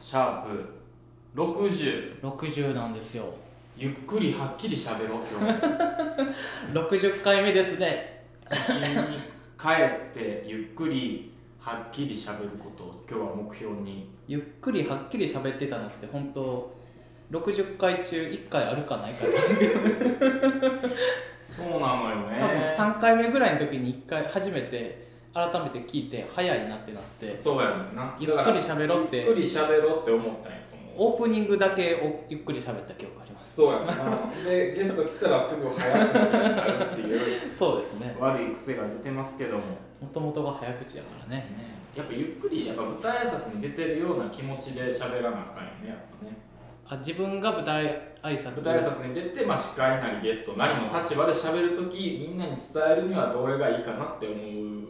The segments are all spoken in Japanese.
シャープ60 60なんですよゆっくりはっきりしゃべろう今日60回目ですね初心に帰ってゆっくりはっきりしゃべることを今日は目標にゆっくりはっきり喋ってたのって本当60回中1回あるかないかなんですけどそうなのよね多分3回目ぐらいの時に1回初めて改めて聞いて早いなってなってそうやもんなゆっくりしゃべろってだからゆっくりしゃべろって思ったんやと思うオープニングだけおゆっくり喋った記憶ありますそうやもんな でゲスト来たらすぐ早口になるっていうそうですね悪い癖が出てますけども、もともとが早口やからねやっぱゆっくりやっぱ舞台挨拶に出てるような気持ちで喋らなあかんよねやっぱねあ自分が舞台挨拶舞台挨拶に出て、まあ、司会なりゲストなりの立場で喋るときみんなに伝えるにはどれがいいかなって思う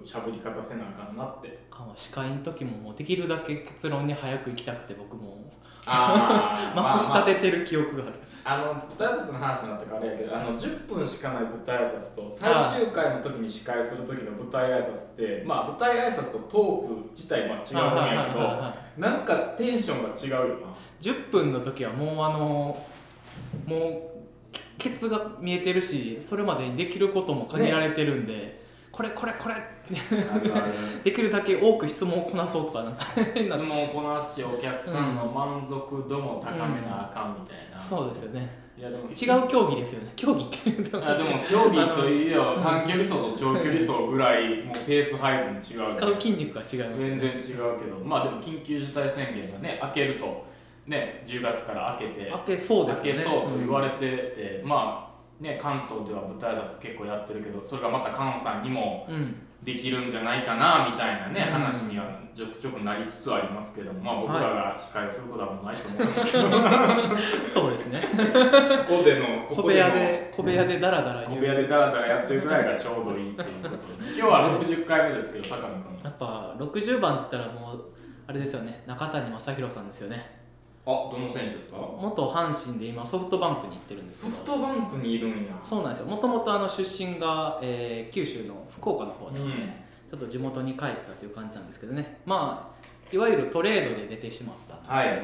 喋り方せなあかんなってかも司会の時ももうできるだけ結論に早く行きたくて僕もあ まくしたててる記 憶がある、あの舞台挨拶の話になったからあれやけどあの10分しかない舞台挨拶と最終回の時に司会する時の舞台挨拶ってまあ舞台挨拶とトーク自体は違うんやけはいはいはいどはいなんかテンションが違うよ な10分の時はもうあのもうケツが見えてるしそれまでにできることも限られてるんで、これこれこれできるだけ多く質問をこなそうとかなんか質問をこなすしお客さんの満足度も高めなあかんみたいな、そうですよねいやでも違う競技ですよね競技っていうとあでも競技といえば短距離走と長距離走ぐらいもうペース配分違うよね使う筋肉が違いますよ全ね然違うけどまあでも緊急事態宣言がね明けるとね10月から明けて開けそうです明よけねそうと言われてて、まあね関東では舞台挨拶結構やってるけどそれがまた関西にもうん、うんできるんじゃないかなみたいなね、うん話にはちょくちょくなりつつありますけどまあ僕らが司会をすることはもうないと思うんですけど、そうですねここでのここ小部で屋ので小部屋でダラダラ小言部う屋でダラダラやってるぐらいがちょうどいいっていうことで今日は60回目ですけど坂野君やっぱ60番って言ったらもうあれですよね中谷正宏さんですよねあどの選手ですか元阪神で今ソフトバンクに行ってるんですソけフどトバンクにいるんやそうなんですよもともとあの出身が、えー九州の福岡の方で、うんちょっと地元に帰ったという感じなんですけどねまあいわゆるトレードで出てしまったんですけど、はい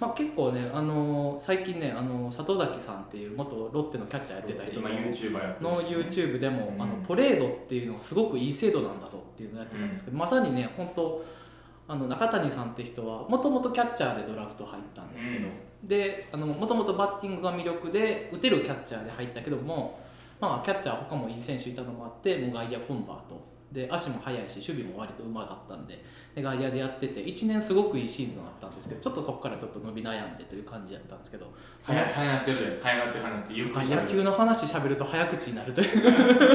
まあ、結構ね、あのー最近ね、あのー里崎さんっていう元ロッテのキャッチャーやってた人今 YouTuber やってるの人 YouTube でも、うんあのトレードっていうのはすごくいい制度なんだぞっていうのをやってたんですけど、まさにね本当あの中谷さんって人はもともとキャッチャーでドラフト入ったんですけど、であのもともとバッティングが魅力で打てるキャッチャーで入ったけども、まあ、キャッチャー他もいい選手いたのもあってもう外野コンバートで足も速いし守備も割とうまかったんでで外野でやってて1年すごくいいシーズンだったんですけどちょっとそこからちょっと伸び悩んでという感じだったんですけどはやはやってるではやってるはやってるゆっくりしゃべ野る球の話しゃべると早口になるというは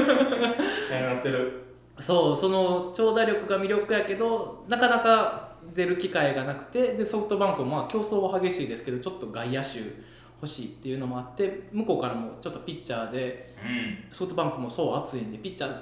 やってるそうその長打力が魅力やけどなかなか出る機会がなくてでソフトバンクもまあ競争は激しいですけどちょっと外野手欲しいっていうのもあって向こうからもちょっとピッチャーでうんソフトバンクもそう熱いんでピッチャー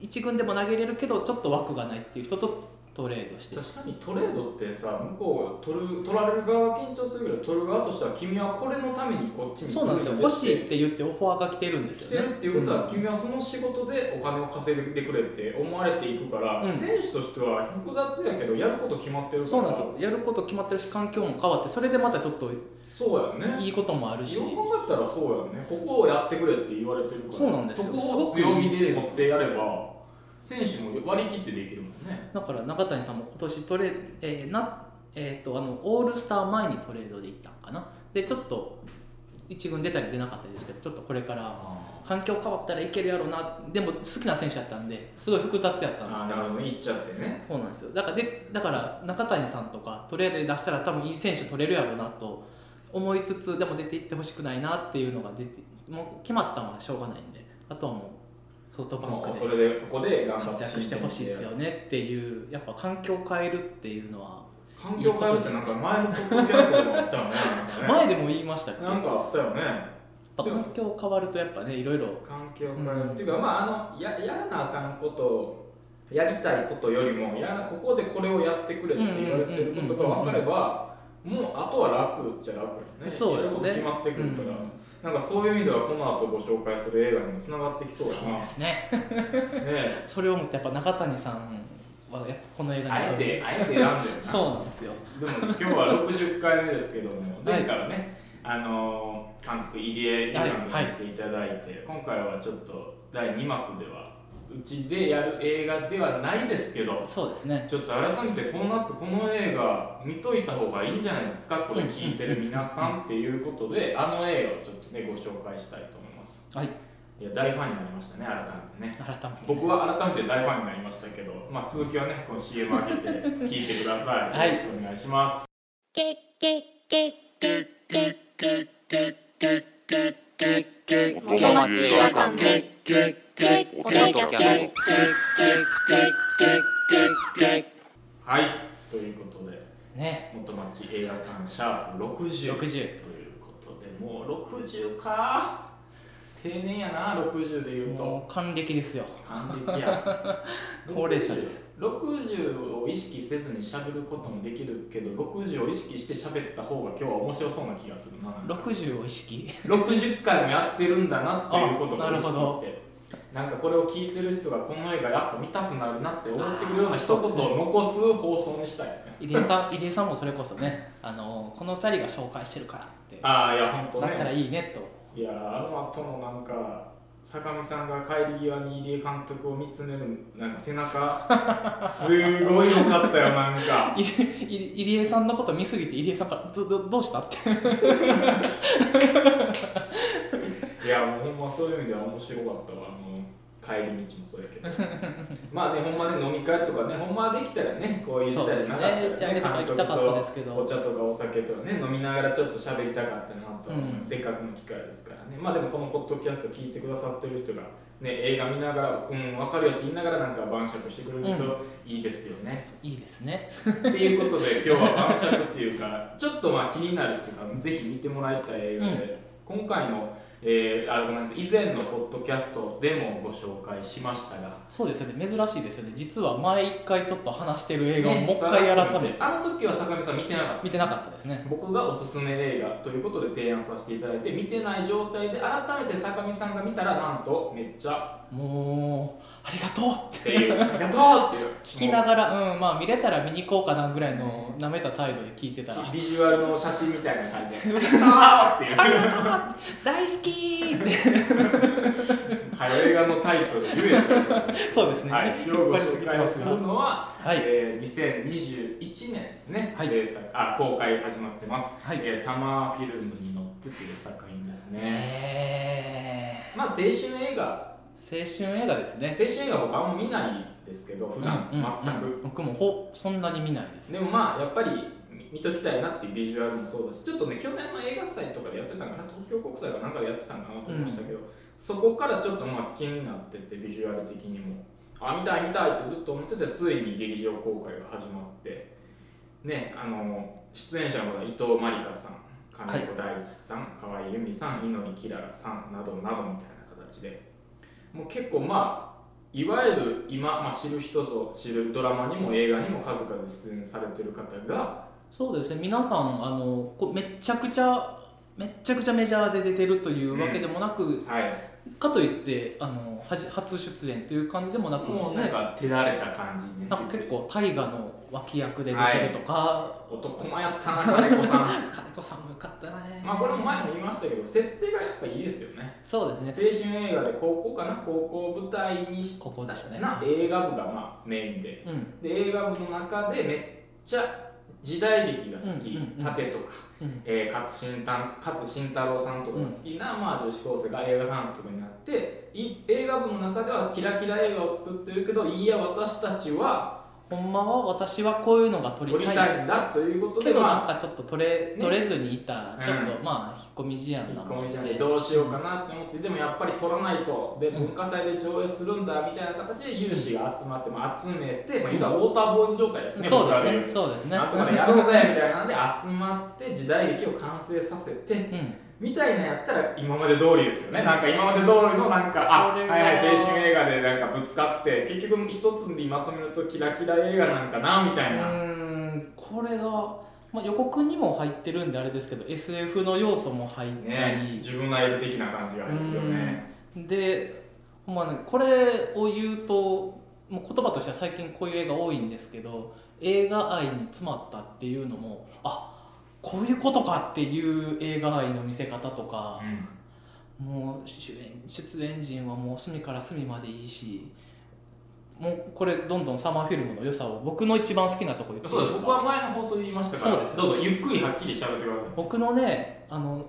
1軍でも投げれるけどちょっと枠がないっていう人とトレードして確かにトレードってさ向こうが取る取られる側は緊張するけど取る側としては君はこれのためにこっちに来るそうなんですよだ欲しいって言ってオファーが来てるんです来よてねるっていうことは、ん君はその仕事でお金を稼いでくれって思われていくから、うん選手としては複雑やけどやること決まってるからそうなんですよやること決まってるし環境も変わってそれでまたちょっとそうやねいいこともあるしよく考えたらそうやねここをやってくれって言われてるからそうなんですよこをすご強くいみい制で度持ってやれば選手も割り切ってできるもんねだから中谷さんも今年トレ、えーなえー、とあのオールスター前にトレードで行ったんかなでちょっと1軍出たり出なかったりですけどちょっとこれからあ環境変わったらいけるやろうなでも好きな選手やったんですごい複雑やったんですあけなるどほどいっちゃってねそうなんですよだからでだから中谷さんとかトレードで出したら多分いい選手取れるやろうなと思いつつでも出ていってほしくないなっていうのが出てもう決まったのはしょうがないんであとはもうソフトバンもクうでそれでそこで頑張って活躍してほしいですよねっていうやっぱ環境を変えるっていうのは環境変えるってなんか前のポッドキャストでもあった よねなんかね前でも言いましたっけどなんかあったよね環境変わるとやっぱねいろいろ環境変える、うんっていうかまああのややらなあかんことやりたいことよりもやらここでこれをやってくれって言われてることが分かればもうあとは楽っちゃ楽よねそうですねやること決まってくるから、うんなんかそういう意味ではこの後ご紹介する映画にもつながってきそうそうだな ですねねそれを思ってやっぱ中谷さんはやっぱこの映画にあえ合うてあえて選んだよなそうなんですよでも今日は60回目ですけども前回はね、あのー監督入江監督に来ていただいて、今回はちょっと第2幕ではうちでやる映画ではないですけどそうですねちょっと改めてこの夏この映画見といた方がいいんじゃないですかこれ聞いてる皆さんっていうことであの映画をちょっとねご紹介したいと思いますはいいや大ファンになりましたね改めてね改めて僕は改めて大ファンになりましたけど、まあ、続きはねこの CM 開けて聞いてくださはいいよろしくお願いします、 Tick, tick, tick, tick, tick, tick, tick, tick, tick, tick, tick. 元町映画館 Tick, tick, tick, tick, tick, tick, tick, tick, tick, tick, tick. はい、ということで、ね元町映画館シャープ60 60ということで、もう60か、定年やな、60で言うと、もう還暦ですよ。還暦や 高齢者です60。60を意識せずに喋ることもできるけど、60を意識して喋った方が今日は面白そうな気がするな。なんか60を意識60回もやってるんだなっていうことをあ意なる識ほしどて。なんかこれを聞いてる人がこの映画やっぱ見たくなるなって思ってくれるようなあー一言を残す放送にしたいね入江さん入江さんもそれこそねあのこの2人が紹介してるからってああいや本当ねだったらいいねといやーあの後のなんか坂見さんが帰り際に入江監督を見つめるなんか背中すごい良かったよなんか入江入江入江さんのこと見すぎて入江さんからどどどうしたっていやもうほんまそういう意味では面白かったわあの帰り道もそうやけ どまあねほんまね飲み会とかねほんまはできたらねこういうそうたでりすなねかったら打ち上げとか行きたかったですけどお茶とかお酒とかね飲みながらちょっと喋りたかったなとは思う、うんせっかくの機会ですからねまあでもこのポッドキャスト聞いてくださってる人が、ね、映画見ながらうん分かるよって言いながらなんか晩酌してくれるうといいですよね、いいですねっていうことで今日は晩酌っていうかちょっとまあ気になるっていうかぜひ見てもらいたい映画で、今回の、えーあごめんなさい以前のポッドキャストでもご紹介しましたがそうですよね珍しいですよね実は前一回ちょっと話してる映画をねもう一回改めてあの時は坂上さん見てなかった見てなかったですね僕がおすすめ映画ということで提案させていただいて見てない状態で改めて坂上さんが見たらなんとめっちゃもうありがとうっってて いうありがとうっていう聞きながらうんまあ見れたら見に行こうかなぐらいの舐めた態度で聞いてたもうらビジュアルの写真みたいな感じで「ありがとう!」 っていう 大好きーってはい映画のタイトル言えというそうですね、はい、今引日っご張りす紹ぎ介てをますするがのは、はいえー2021年ですね、はい制作あ公開始まってます、はいえーサマーフィルムに乗ってという作品ですね、えまあ青春映画ー、青春映画ですね青春映画僕あんま見ないですけど普段うんうん全く、うん僕もほそんなに見ないですでもまあやっぱり見見ときたいなっていうビジュアルもそうだしちょっとね去年の映画祭とかでやってたんかな東京国際かなんかでやってたんかな忘れましたけど、そこからちょっとまあ気になっててビジュアル的にもあ見たい見たいってずっと思っててついに劇場公開が始まってねあの出演者の方伊藤真理香さん金子大地さん、河合由美さん祈りきららさんなどなどみたいな形でもう結構まあいわゆる今、まあ、知る人ぞ知るドラマにも映画にも数々出演されてる方がそうですね皆さんあのこうめっちゃくちゃめっちゃくちゃメジャーで出てるというわけでもなく、はいかといってあのはじ初出演という感じでもなく、もうなんか手だれた感じねに、ね、なんか結構大河の脇役で出てるとか、男前やったな金子さん金子さんもよかったねまあこれも前も言いましたけど設定がやっぱいいですよねそうですね青春映画で高校かな高校舞台にここですねな映画部がまあメインでうんで映画部の中でめっちゃ時代劇が好き、うんうんうん盾とか、うんえー勝新太勝新太郎さんとかが好きな、まあ、女子高生が映画監督になってい映画部の中ではキラキラ映画を作ってるけどいいや私たちはほんまは私はこういうのが撮り撮りたいたいんだということでけどなんまあかちょっと撮れ,、ね撮れずにいたちょっと、うまあ引っ込み思案引なっ込のみじゃなでいどうしようかなって思ってでもやっぱり撮らないとで文化祭で上映するんだみたいな形で有志が集まって、まあ、集めて、まあ、言うたらウォーターボーイズ状態ですね、そう僕らで言すねうそうですねなんとかでやろうぜみたいなんで集まって時代劇を完成させてうんみたいなやったら今まで通りですよねなんか今まで通りのなんかあそはいれがはい青春映画でなんかぶつかって結局一つにまとめるとキラキラ映画なんかなみたいな、うーんこれが、まあ、予告にも入ってるんであれですけど SF の要素も入ったねり、自分がいる的な感じが入ってるよねで、ほんまね、これを言うと、もう言葉としては最近こういう映画多いんですけど映画愛に詰まったっていうのもあこういうことかっていう映画愛の見せ方とか、もう主演出演陣はもう隅から隅までいいしもうこれどんどんサマーフィルムの良さを僕の一番好きなとこ言ってそういいでですす僕はか前の放送で言いましたからそうですどうぞゆっくりはっきり喋ってください僕のねあの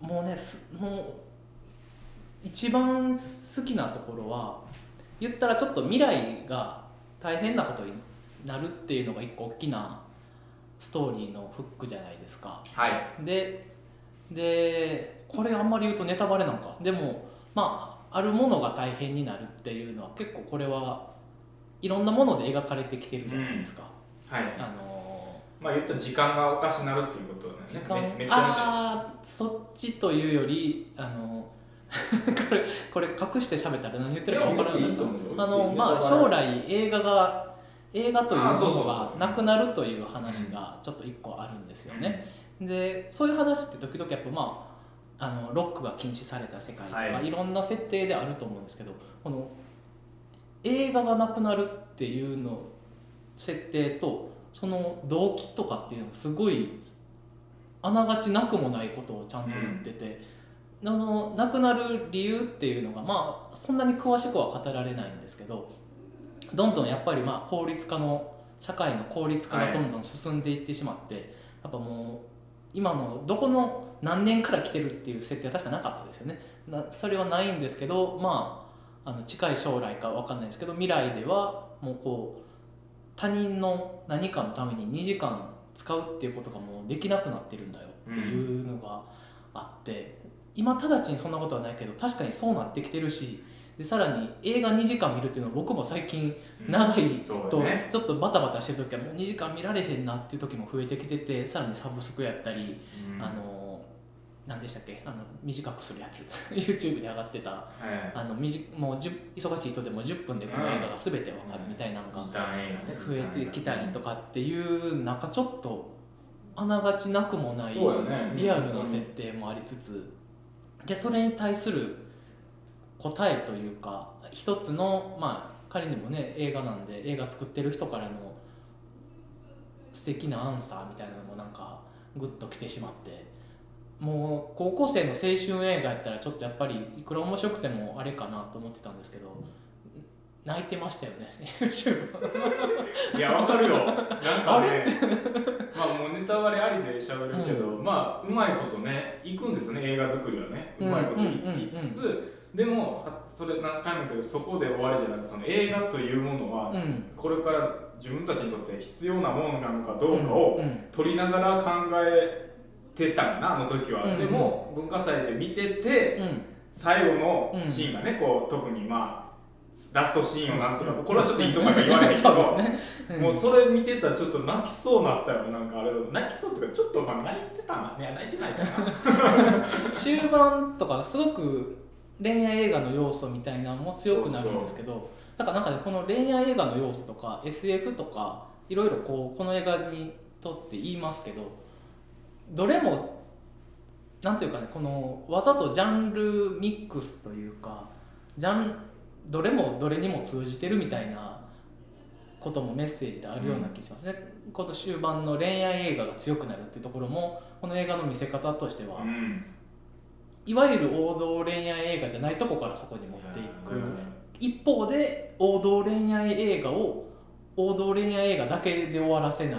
もうねすもう一番好きなところは言ったらちょっと未来が大変なことになるっていうのが一個大きなストーリーのフックじゃないですか。はいででこれあんまり言うとネタバレなんかでもまああるものが大変になるっていうのは結構これはいろんなもので描かれてきてるじゃないですか、はいあのまあ言ったら時間がおかしなるっていうことなんです時ね間めめっちゃああーそっちというよりあの これこれ隠して喋ったら何言っめてちゃるいかや分から僕ないいいと思うよあのまあネタバレ将来映画が映画というもあーそうそのうそがうなくなるという話がちょっと一個あるんですよね。でそういう話って時々やっぱまああのロックが禁止された世界とか、、はいろんな設定であると思うんですけどこの映画がなくなるっていうの設定とその動機とかっていうのすごいあながちなくもないことをちゃんと言ってて、あの亡くなる理由っていうのがまあそんなに詳しくは語られないんですけどどんどんやっぱりまあ効率化の社会の効率化はがいどんどん進んでいってしまって、やっぱもう今のどこの何年から来てるっていう設定は確かなかったですよねなそれはないんですけどまああの近い将来かわかんないですけど未来ではもうこう他人の何かのために2時間使うっていうことがもうできなくなってるんだよっていうのがあって、今直ちにそんなことはないけど確かにそうなってきてるしでさらに映画2時間見るっていうのは僕も最近うん長いそうとだねちょっとバタバタしてる時はもう2時間見られへんなっていう時も増えてきててさらにサブスクやったり、うんあの何でしたっけあの短くするやつ YouTube で上がってたはいあのみじもう10忙しい人でも10分でこの映画が全てわかるみたいなのが時短映画ね増えてきたりとかっていうなんかちょっとあながちなくもないそうだねリアルな設定もありつつでそれに対する答えというか一つのまあ仮にもね映画なんで映画作ってる人からの素敵なアンサーみたいなのもなんかグッときてしまってもう高校生の青春映画やったらちょっとやっぱりいくら面白くてもあれかなと思ってたんですけど泣いてましたよね YouTube いやわかるよなんかねまあもうネタバレありで喋るけど、まあうまいことね行くんですよね映画作りはねううんまいこといきつつ、でもはそれ何回も言うけどそこで終わりじゃなくその映画というものは、うんこれから自分たちにとって必要なものなのかどうかをうんうん取りながら考えてたんだなあの時は、うんでも文化祭で見てて、最後のシーンがね、こう特にまあラストシーンをなんとか、これはちょっといいとこやから言わないけど、 そうですね、うんもうそれ見てたらちょっと泣きそうなったよなんかあれ泣きそうとかちょっとまあ泣いてたないや泣いてないかな 終盤とかすごく恋愛映画の要素みたいなのも強くなるんですけどなんかなんかねこの恋愛映画の要素とか SF とかいろいろこうこの映画にとって言いますけどどれもなんていうかねこのわざとジャンルミックスというかジャンどれもどれにも通じてるみたいなこともメッセージであるような気がしますね、この終盤の恋愛映画が強くなるっていうところもこの映画の見せ方としてはうんいわゆる王道恋愛映画じゃないとこからそこに持っていく、一方で王道恋愛映画を王道恋愛映画だけで終わらせない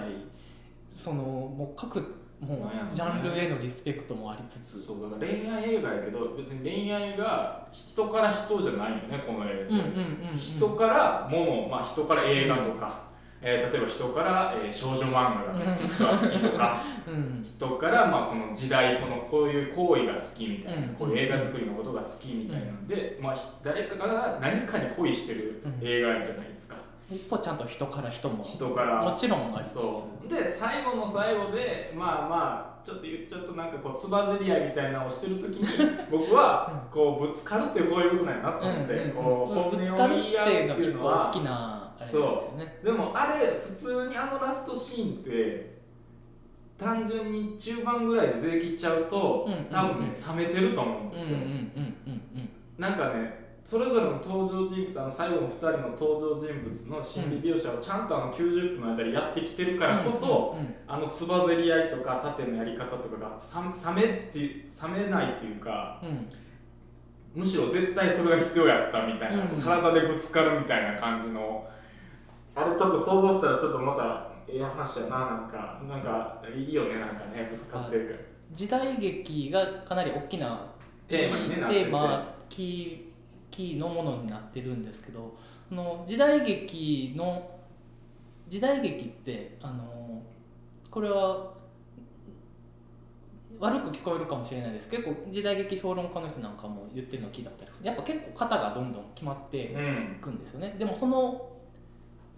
そのもう各もうジャンルへのリスペクトもありつつそうだから恋愛映画やけど別に恋愛が人から人じゃないよねこの映う画、んうんうんうん人からもの、まあ、人から映画とか、えー例えば人から、えー少女漫画がめっちゃ実は好きとかうん人から、まあ、この時代このこういう行為が好きみたいな、うんこういう映画作りのことが好きみたいなんで、まあ、ひ誰かが何かに恋してる映画じゃないですか、一方ちゃんと人から人も人からもちろんありつつそうで最後の最後でまあまあちょっと言っちゃうとなんかこうつばぜり合いみたいなのをしてる時 に僕はこうぶつかるってこういうことなんやなとうん思っうんて、うんこうぶつ本か音るをっ言い合うていうっていうののがは一個大きなあれなんですよねでもあれ普通にあのラストシーンって単純に中盤ぐらいで出てきちゃうと、うんうんうん多分ね冷めてると思うんうでんうんすよ、うんうんうんなんかねそれぞれの登場人物あの最後の2人の登場人物の心理描写をちゃんとあの90分の間にやってきてるからこそ、うんうんあのつばぜり合いとか縦のやり方とかがさ冷めっていう冷めないっていうかうんむしろ絶対それが必要やったみたいな、うん体でぶつかるみたいな感じのあれちょっと想像したらちょっとまたええ話やななんかなんかいいよねなんかねぶつかってるから時代劇がかなり大きなテーマにねなっててテーマキーキーのものになってるんですけどその時代劇の時代劇ってあのこれは悪く聞こえるかもしれないです結構時代劇評論家の人なんかも言ってるのを聞いたことありますやっぱ結構型がどんどん決まって、うん行くんですよねでもその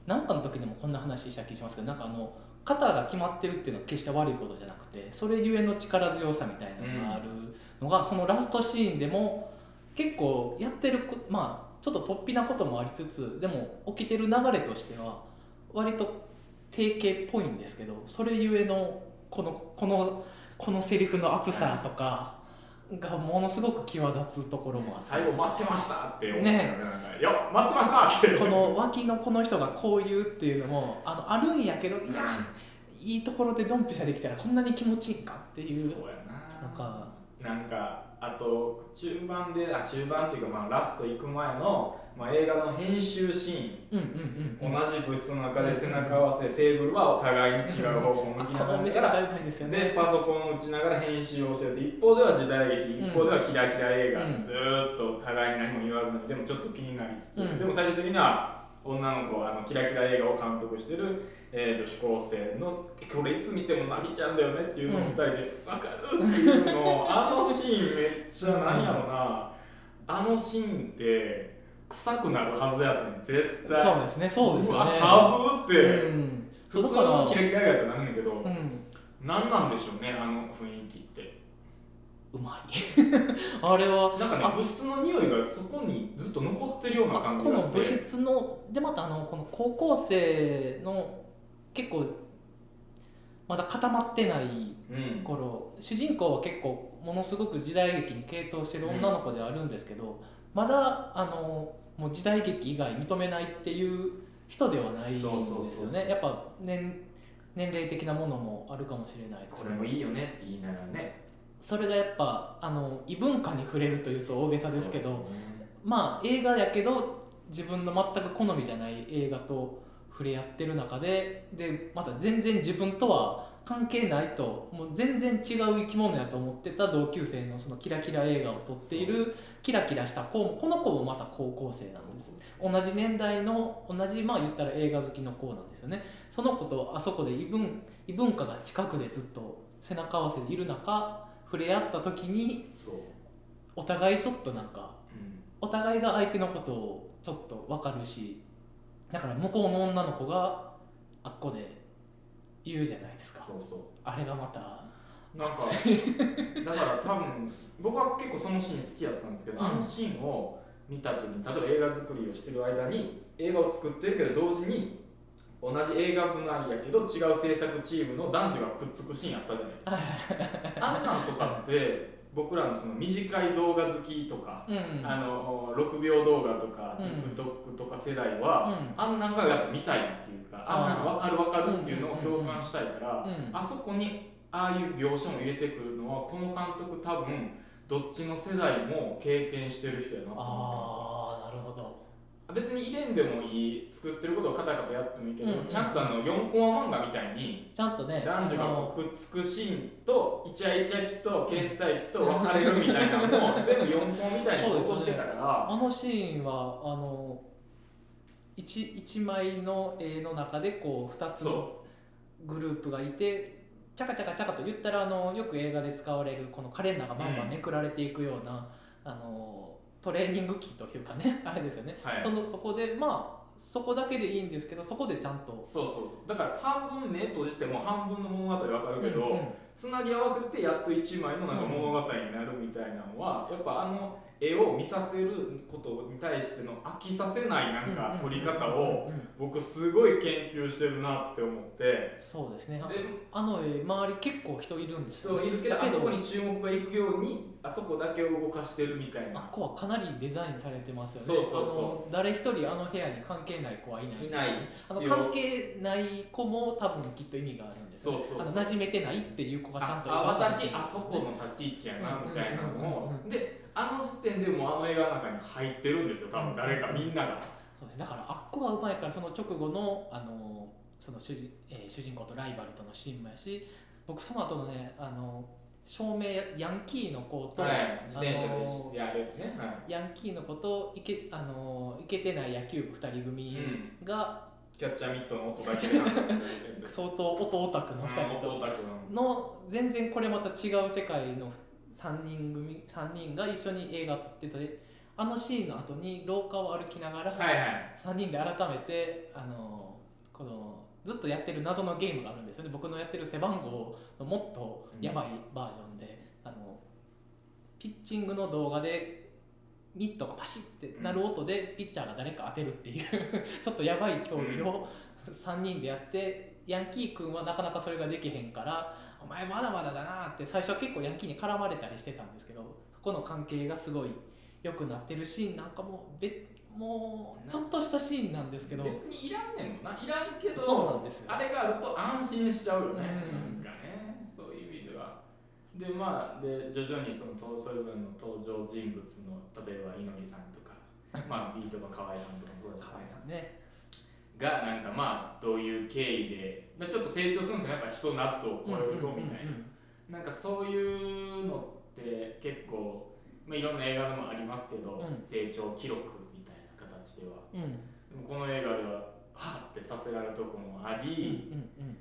何かの時でもこんな話した気しますけどなんかあの肩が決まってるっていうのは決して悪いことじゃなくてそれゆえの力強さみたいなのがあるのが、そのラストシーンでも結構やってるこまあちょっと突飛なこともありつつでも起きてる流れとしては割と定型っぽいんですけどそれゆえのこのこのこのセリフの厚さとかがものすごく際立つところもあって最後待ってましたって思ったよねなんかいや待ってましたってこの脇のこの人がこう言うっていうのもあのあるんやけどいやいいところでドンピシャできたらこんなに気持ちいいんかっていうそうやななんかなんかあと中盤であ中盤っていうかまあラスト行く前の、まあ、映画の編集シーンうんうんう同んじ部室の中で背中合わせテーブルはお互いに違う方向を向きあなこのお店がらがだいぶないですよでねパソコンを打ちながら編集をしてて一方では時代劇うん一方ではキラキラ映画、うんずーっと互いに何も言わずにでもちょっと気になりつつ、うんでも最終的には女の子あのキラキラ映画を監督してる、えー女子高生の「これいつ見ても泣いちゃうんだよね」っていうのをうん二人で「分かる」っていうのをあのシーンめっちゃなんやろなあのシーンって臭くなるはずやねん絶対。そうですねそうですよねわサブって、うん普通のキラキラ映画ってなるんだけど、うん何なんでしょうねあの雰囲気ってうまい あれはなんかねあ物質の匂いがそこにずっと残ってるような感じこがのして部室のでまたあのこの高校生の結構まだ固まってないうん頃主人公は結構ものすごく時代劇に傾倒してる女の子ではあるんですけど、まだあのもう時代劇以外認めないっていう人ではないんですよそうねそうそうそうやっぱ年年齢的なものもあるかもしれないでこすけれどもいいよねって言いながらねそれがやっぱあの異文化に触れるというと大げさですけどまあ映画やけど自分の全く好みじゃない映画と触れ合ってる中ででまた全然自分とは関係ないともう全然違う生き物やと思ってた同級生のそのキラキラ映画を撮っているキラキラした子もこの子もまた高校生なんです同じ年代の同じまあ言ったら映画好きの子なんですよねその子とあそこで異文異文化が近くでずっと背中合わせでいる中触れ合った時にそう、お互いちょっとなんかうん、お互いが相手のことをちょっと分かるしだから向こうの女の子があっこで言うじゃないですかそうそあれがまたう なんかだから多分僕は結構そのシーン好きやったんですけど、うんあのシーンを見た時に例えば映画作りをしてる間に映画を作ってるけど同時に同じ映画部内やけど違う制作チームの男女がくっつくシーンあったじゃないですかあんなんとかって僕らのその短い動画好きとか、うんあの6秒動画とかうん TikTok とか世代は、うんあんなんがやっぱ見たいっていうかあんなん分かる分かるっていうのを共感したいから、うんあそこにああいう描写も入れてくるのはこの監督多分どっちの世代も経験してる人やなと思ってああなるほど別に入れんでもいい作ってることをカタカタやってもいいけど、うんちゃんとあの4コマ漫画みたいにちゃんとね男女がこあうくっつくシーンとイチャイチャ期と倦怠期と別れるみたいなのを全部4本みたいに落としてたから、のあのシーンはあの一一枚の絵の中でこう二つのそグループがいてチャカチャカチャカと言ったらあのよく映画で使われるこのカレンダーがバンバンめくられていくような、あのトレーニング機というかね あれですよね、う、はい、そのそこでまあそこだけでいいんですけどそこでちゃんとそうそうだから半分目閉じても半分の物語わかるけど、うんうんつなぎ合わせてやっと一枚のなんか物語になるみたいなのは、やっぱあの絵を見させることに対しての飽きさせないなんか撮り方をうんうんうんうん僕すごい研究してるなって思ってそうですねでああの周り結構人いるんですよ人いるけどだあどそこに注目がいくようにあそこだけを動かしてるみたいあっなこはかなりデザインされてますよねそうそうそあの誰一人あの部屋に関係ない子はいないいないあの必要関係ない子も多分きっと意味があるんですよねそうそうそうあの馴染めてないっていう子がちゃんあとあ描かれ私てるんであすそよねこの立ち位置やなうんみたいなのうんうをんうんうであの時点でもうあの映画の中に入ってるんですよ多分誰かみんなが。そうですだからあっこがうまいからその直後のあのその主人,、えー主人公とライバルとのシーンもやし僕その後のねあの照明やヤンキーの子と、はい、自転車あでのやるね、はヤンキーの子といけあのいけてない野球部2人い組が、キャッチャーミットの音が聞こえたんですけど相当音オタクの2人うん音とオタクの全然これまた違う世界の3人組三人が一緒に映画撮ってたであのシーンの後に廊下を歩きながら、のはいはい3人で改めてあのこのずっとやってる謎のゲームがあるんですよね僕のやってる背番号のもっとやばいバージョンで、あのピッチングの動画でミットがパシッってなる音でピッチャーが誰か当てるっていう ちょっとやばい競技を3人でやってヤンキー君はなかなかそれができへんから「お前まだまだだな」って最初は結構ヤンキーに絡まれたりしてたんですけどそこの関係がすごい良くなってるシーンなんかもうべもうちょっとしたシーンなんですけど別にいらんねんもんないらんけどそうなんですよあれがあると安心しちゃうよね、うんなんかねそういう意味ではでまあで徐々にそのとそれぞれの登場人物の例えば猪木さんとか、まあ、ビートの河合さんとかもそうですけど河合さんねがなんかまあどういう経緯で、まあ、ちょっと成長するんですよねやっぱ人夏を超えるとみたいな、なんかそういうのって結構、まあ、いろんな映画でもありますけど、うん成長記録みたいな形ではうんうんうんでもこの映画でははっってさせられるとこもあうんり、うん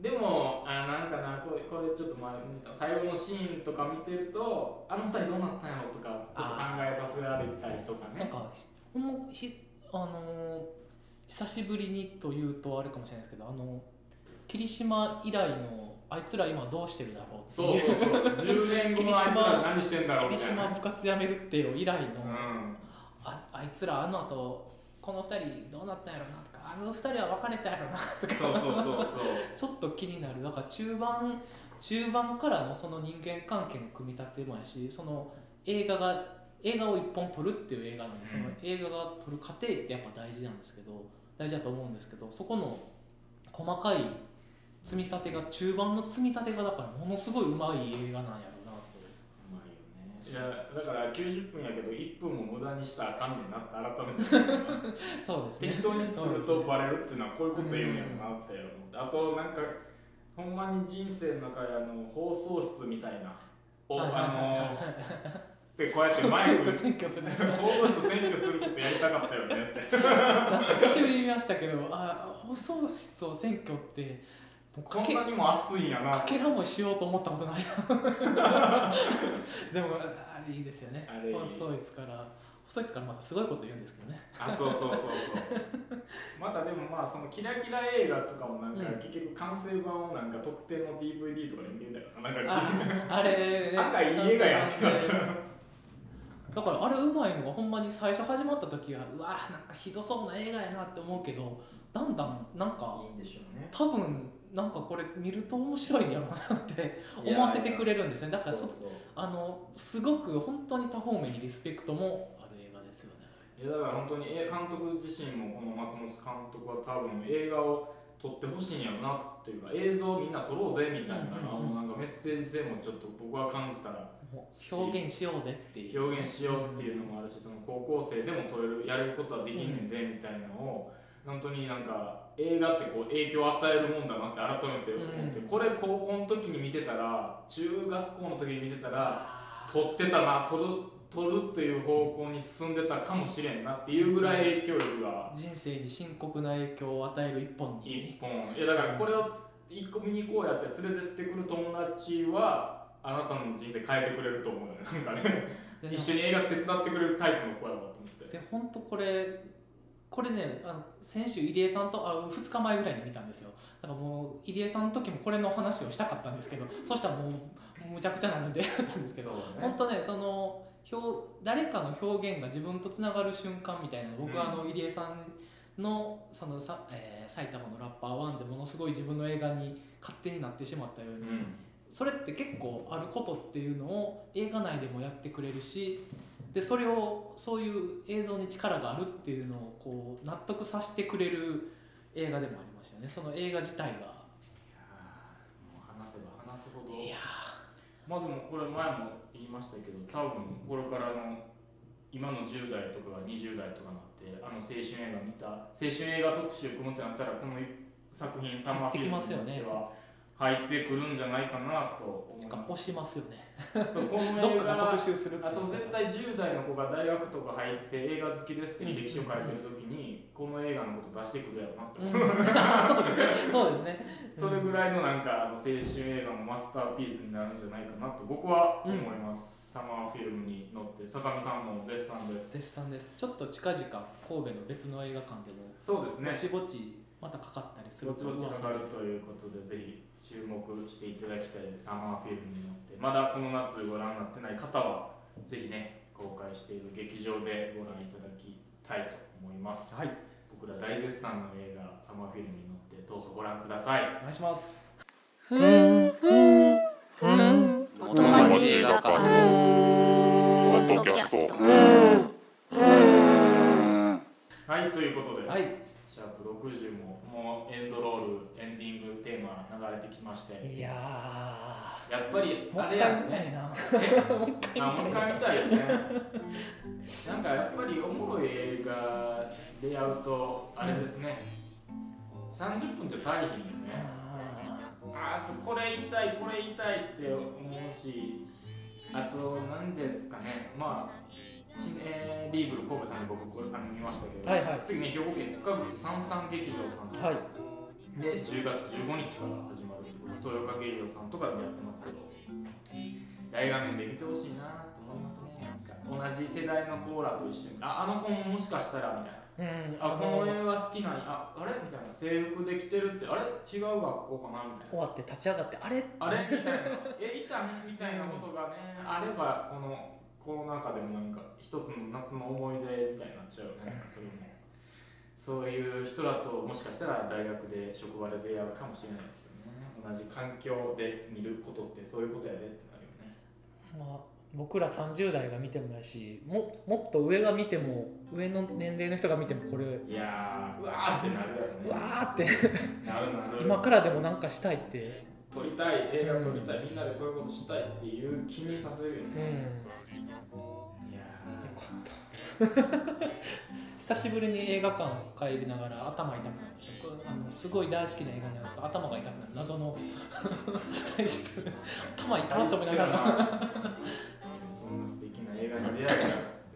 でもあなんかなこれこれちょっと前に見た最後のシーンとか見てるとあの二人どうなったんやろとかちょっと考えさせられたりとかなんねかひほんまひあのー久しぶりにというとあるかもしれないですけどあの霧島以来のあいつら今どうしてるだろうってそいうそうそう10年後 のあいつら何してんだろう霧みたい島な。部活やめるってよ以来うの、んああいつらあの後この二人どうなったんやろなとかあの二人は別れたやろな とかそうそうそうそう ちょっと気になるだから中盤中盤からのその人間関係の組み立てもやしその映画が映画を一本撮るっていう映画なんでそのうん映画が撮る過程ってやっぱ大事なんですけど大事だと思うんですけどそこの細かい積み立てが中盤の積み立てがだからものすごいうまい映画なんやろうなうとまいよねいやだから90分やけど1分も無駄にしたらあかんねんなって 改めてそうですね 適当に作るそとうですねバレるっていうのはこういうこと言うんやろなって思ってあとなんかほんまに人生の中であの放送室みたいなをはいはいあはいはいのでこうや ってマイク選挙する放送室占拠することやりたかったよねってなんか久しぶりに見ましたけどあ放送室を選挙ってもうこかんけなにも熱いんやなかけらもしようと思ったことないなでもあれいいですよねあれいい細いですから細いですからまたすごいこと言うんですけどねあそうそうそうそうまたでもまあそのキラキラ映画とかもなんかうん結局完成版をなんか特典の DVD とかで見てみたいななんかああれねなんかいい映画やんってなっただからあれうまいのがほんまに最初始まった時はうわなんかひどそうな映画やなって思うけどだんだんなんかんでしょうね多分なんかこれ見ると面白いんやろうなって思わせてくれるんですよねだからそそうそうあのすごく本当に多方面にリスペクトもある映画ですよねいやだから本当にえ監督自身もこの松本監督は多分映画を撮ってほしいんやろなっていうか映像をみんな撮ろうぜみたいな,、うんうんうんあのなんかメッセージ性もちょっと僕は感じたらもう表現しようぜっていう表現しようっていうのもあるしその高校生でも撮れるやることはできんねんでみたいなのを本当になんか映画ってこう影響を与えるもんだなって改めて思って、うんこれ高校の時に見てたら中学校の時に見てたらあ取ってたな取る取るという方向に進んでたかもしれんなっていうぐらい影響力がー人生に深刻な影響を与える一本に一本いやだからこれを一個見に行こうやって連れてってくる友達はあなたの人生変えてくれると思うよなんかねで一緒に映画手伝ってくれるタイプの子やわと思ってで本当これこれねあの先週入江さんと会う2日前ぐらいに見たんですよだからもう入江さんの時もこれの話をしたかったんですけどそしたらもうむちゃくちゃなので やったんですけどそうだ本ね当ねその表誰かの表現が自分とつながる瞬間みたいなの僕はあの入江さんのそのさ、えー埼玉のラッパー1でものすごい自分の映画に勝手になってしまったように、うんそれって結構あることっていうのを映画内でもやってくれるしでそれをそういう映像に力があるっていうのをこう納得させてくれる映画でもありましたよねその映画自体いがやーもう話せば話すほどいやまあでもこれ前も言いましたけど多分これからの今の10代とかが20代とかになってあの青春映画見た青春映画特集組むってなったらこの作品サマーフィールドには入ってくるんじゃないかなと思いなんかま押す。しますよねそうこの映画どっかが特集するっていあうと絶対10代の子が大学とか入って映画好きですって履歴書書いてる時にこの映画のこと出してくるやろなってう思んう、 そうですね そそうですねれぐらいのなんかあの青春映画のマスターピースになるんじゃないかなと僕は思います、サマーフィルムに乗って坂上さんも絶賛です絶賛ですちょっと近々神戸の別の映画館でもそうですぼねちぼちまたかかったりすぼるちぼちかかるということでぜひ注目していただきたいサマーフィルムに乗ってまだこの夏ご覧になってない方はぜひね公開している劇場でご覧いただきたいと思いますはい僕ら大絶賛の映画サマーフィルムに乗ってどうぞご覧くださいお願いします元町映画館ポッドキャストはいということで、はいシャープ60ももうエンドロールエンディングテーマ流れてきましていややっぱりーもあうれ一や回ん見たいねなあもう一回見たい よねなんかやっぱりおもろい映画でやるとあれですね、30分じゃ足りひんよねああーあとこれ言いたいこれ言いたいって思うしあと何ですかねまあシネリーブル神戸さんに僕これあの見ましたけど、はいはい次ね兵庫県塚口三三劇場さんーで、はい10月15日から始まるということで豊岡劇場さんとかでもやってますけど大画面で見てほしいなと思いますねなんか同じ世代のコーラと一緒にああの子ももしかしたらみたいなうんあこの映画好きなんやああれみたいな制服で着てるってあれ違う学校かなみたいな終わって立ち上がってあれあれみたいな、え、いたみたいなことがね、あれば、このコロナ禍でもなんか、一つの夏の思い出みたいになっちゃうよね、なんかそれも。そういう人だと、もしかしたら大学で、職場で出会うかもしれないですよね。同じ環境で見ることって、そういうことやでってなるよね。まあ僕ら30代が見てもやしももっと上が見ても上の年齢の人が見てもこれういやー、うわーってなるよね。わーってなるなる。今からでもなんかしたいって撮りたい、映画撮りたい、みんなでこういうことしたいっていう気にさせるようね。んいやー、よかった。久しぶりに映画館を帰りながら頭痛くなりました僕あのすごい大好きな映画になると頭が痛くなる謎 の体質頭痛っと思いながらそんな素敵な映画に出会えた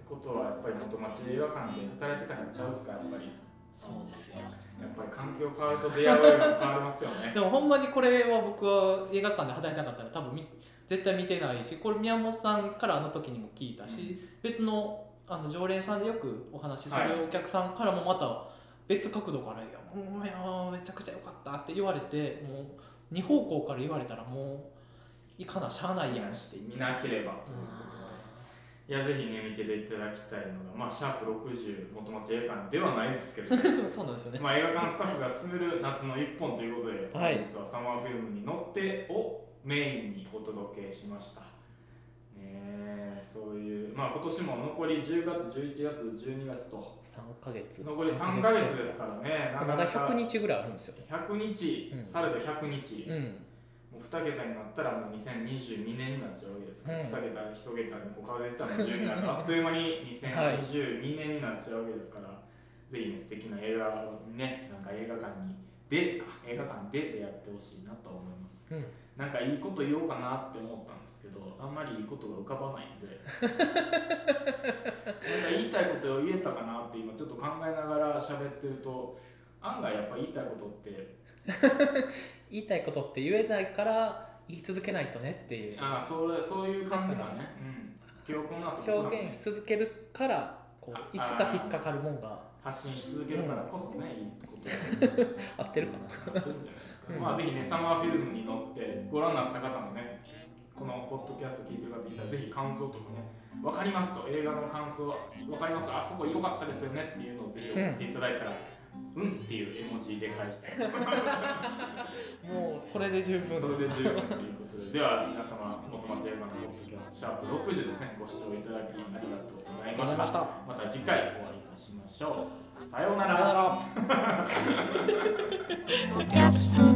ことはやっぱり元町映画館で働いてたからちゃうんすかやっぱりやそうですよっぱり環境変わると出会う映画も変わりますよねでもほんまにこれは僕は映画館で働いてなかったら多分み絶対見てないしこれ宮本さんからあの時にも聞いたし、別のあの常連さんでよくお話しすはいるお客さんからもまた別角度から「いやもういやーめちゃくちゃ良かった」って言われてもう2方向から言われたらもういかなしゃあないや んって見なければということでいやぜひね見ていただきたいのがまあシャープ60元町映画館ではないですけどそうなんですよね まあ映画館スタッフが進める夏の一本ということで、はい本日はサマーフィルムに乗ってをメインにお届けしました。ねえそういう、まあ今年も残り10月、11月、12月と、 3ヶ月残り3ヶ月ですからね、なまだか100日ぐらいあるんですよ100日、うんされど100日、うもんう2桁になったらもう2022年になっちゃうわけですから、うん2桁、1桁にこう変わってたの12月、あっという間に2022年になっちゃうわけですから、ぜひね、素敵な映画をね、なんか映画館に、でか、映画館で出会ってほしいなと思います。うんなんかいいこと言おうかなって思ったんですけどあんまりいいことが浮かばないんで なんか言いたいことを言えたかなって今ちょっと考えながら喋ってると案外やっぱ言いたいことって言いたいことって言えないから言い続けないとねっていうああそれそういう感じかね、うん、記憶の後僕らも表現し続けるからこあういつか引っかかるもんがは発信し続けるからこそね、いいこと合ってるかなになってるんじゃないですか、まあぜひねサマーフィルムに乗ってご覧になった方もねこのポッドキャスト聞いてる方いたらぜひ感想とかね分かりますと映画の感想は分かりますあそこ良かったですよねっていうのをぜひ送っていただいたら、うん、っていう絵文字で返してもうそれで十分それで十分ということで、では皆様、元松山のポッドキャスト、シャープ60ですね、ご視聴いただきありがとうございまありがとうござしいた。またました次回お会いいたしましょう。さようなさよなら。らポキャスト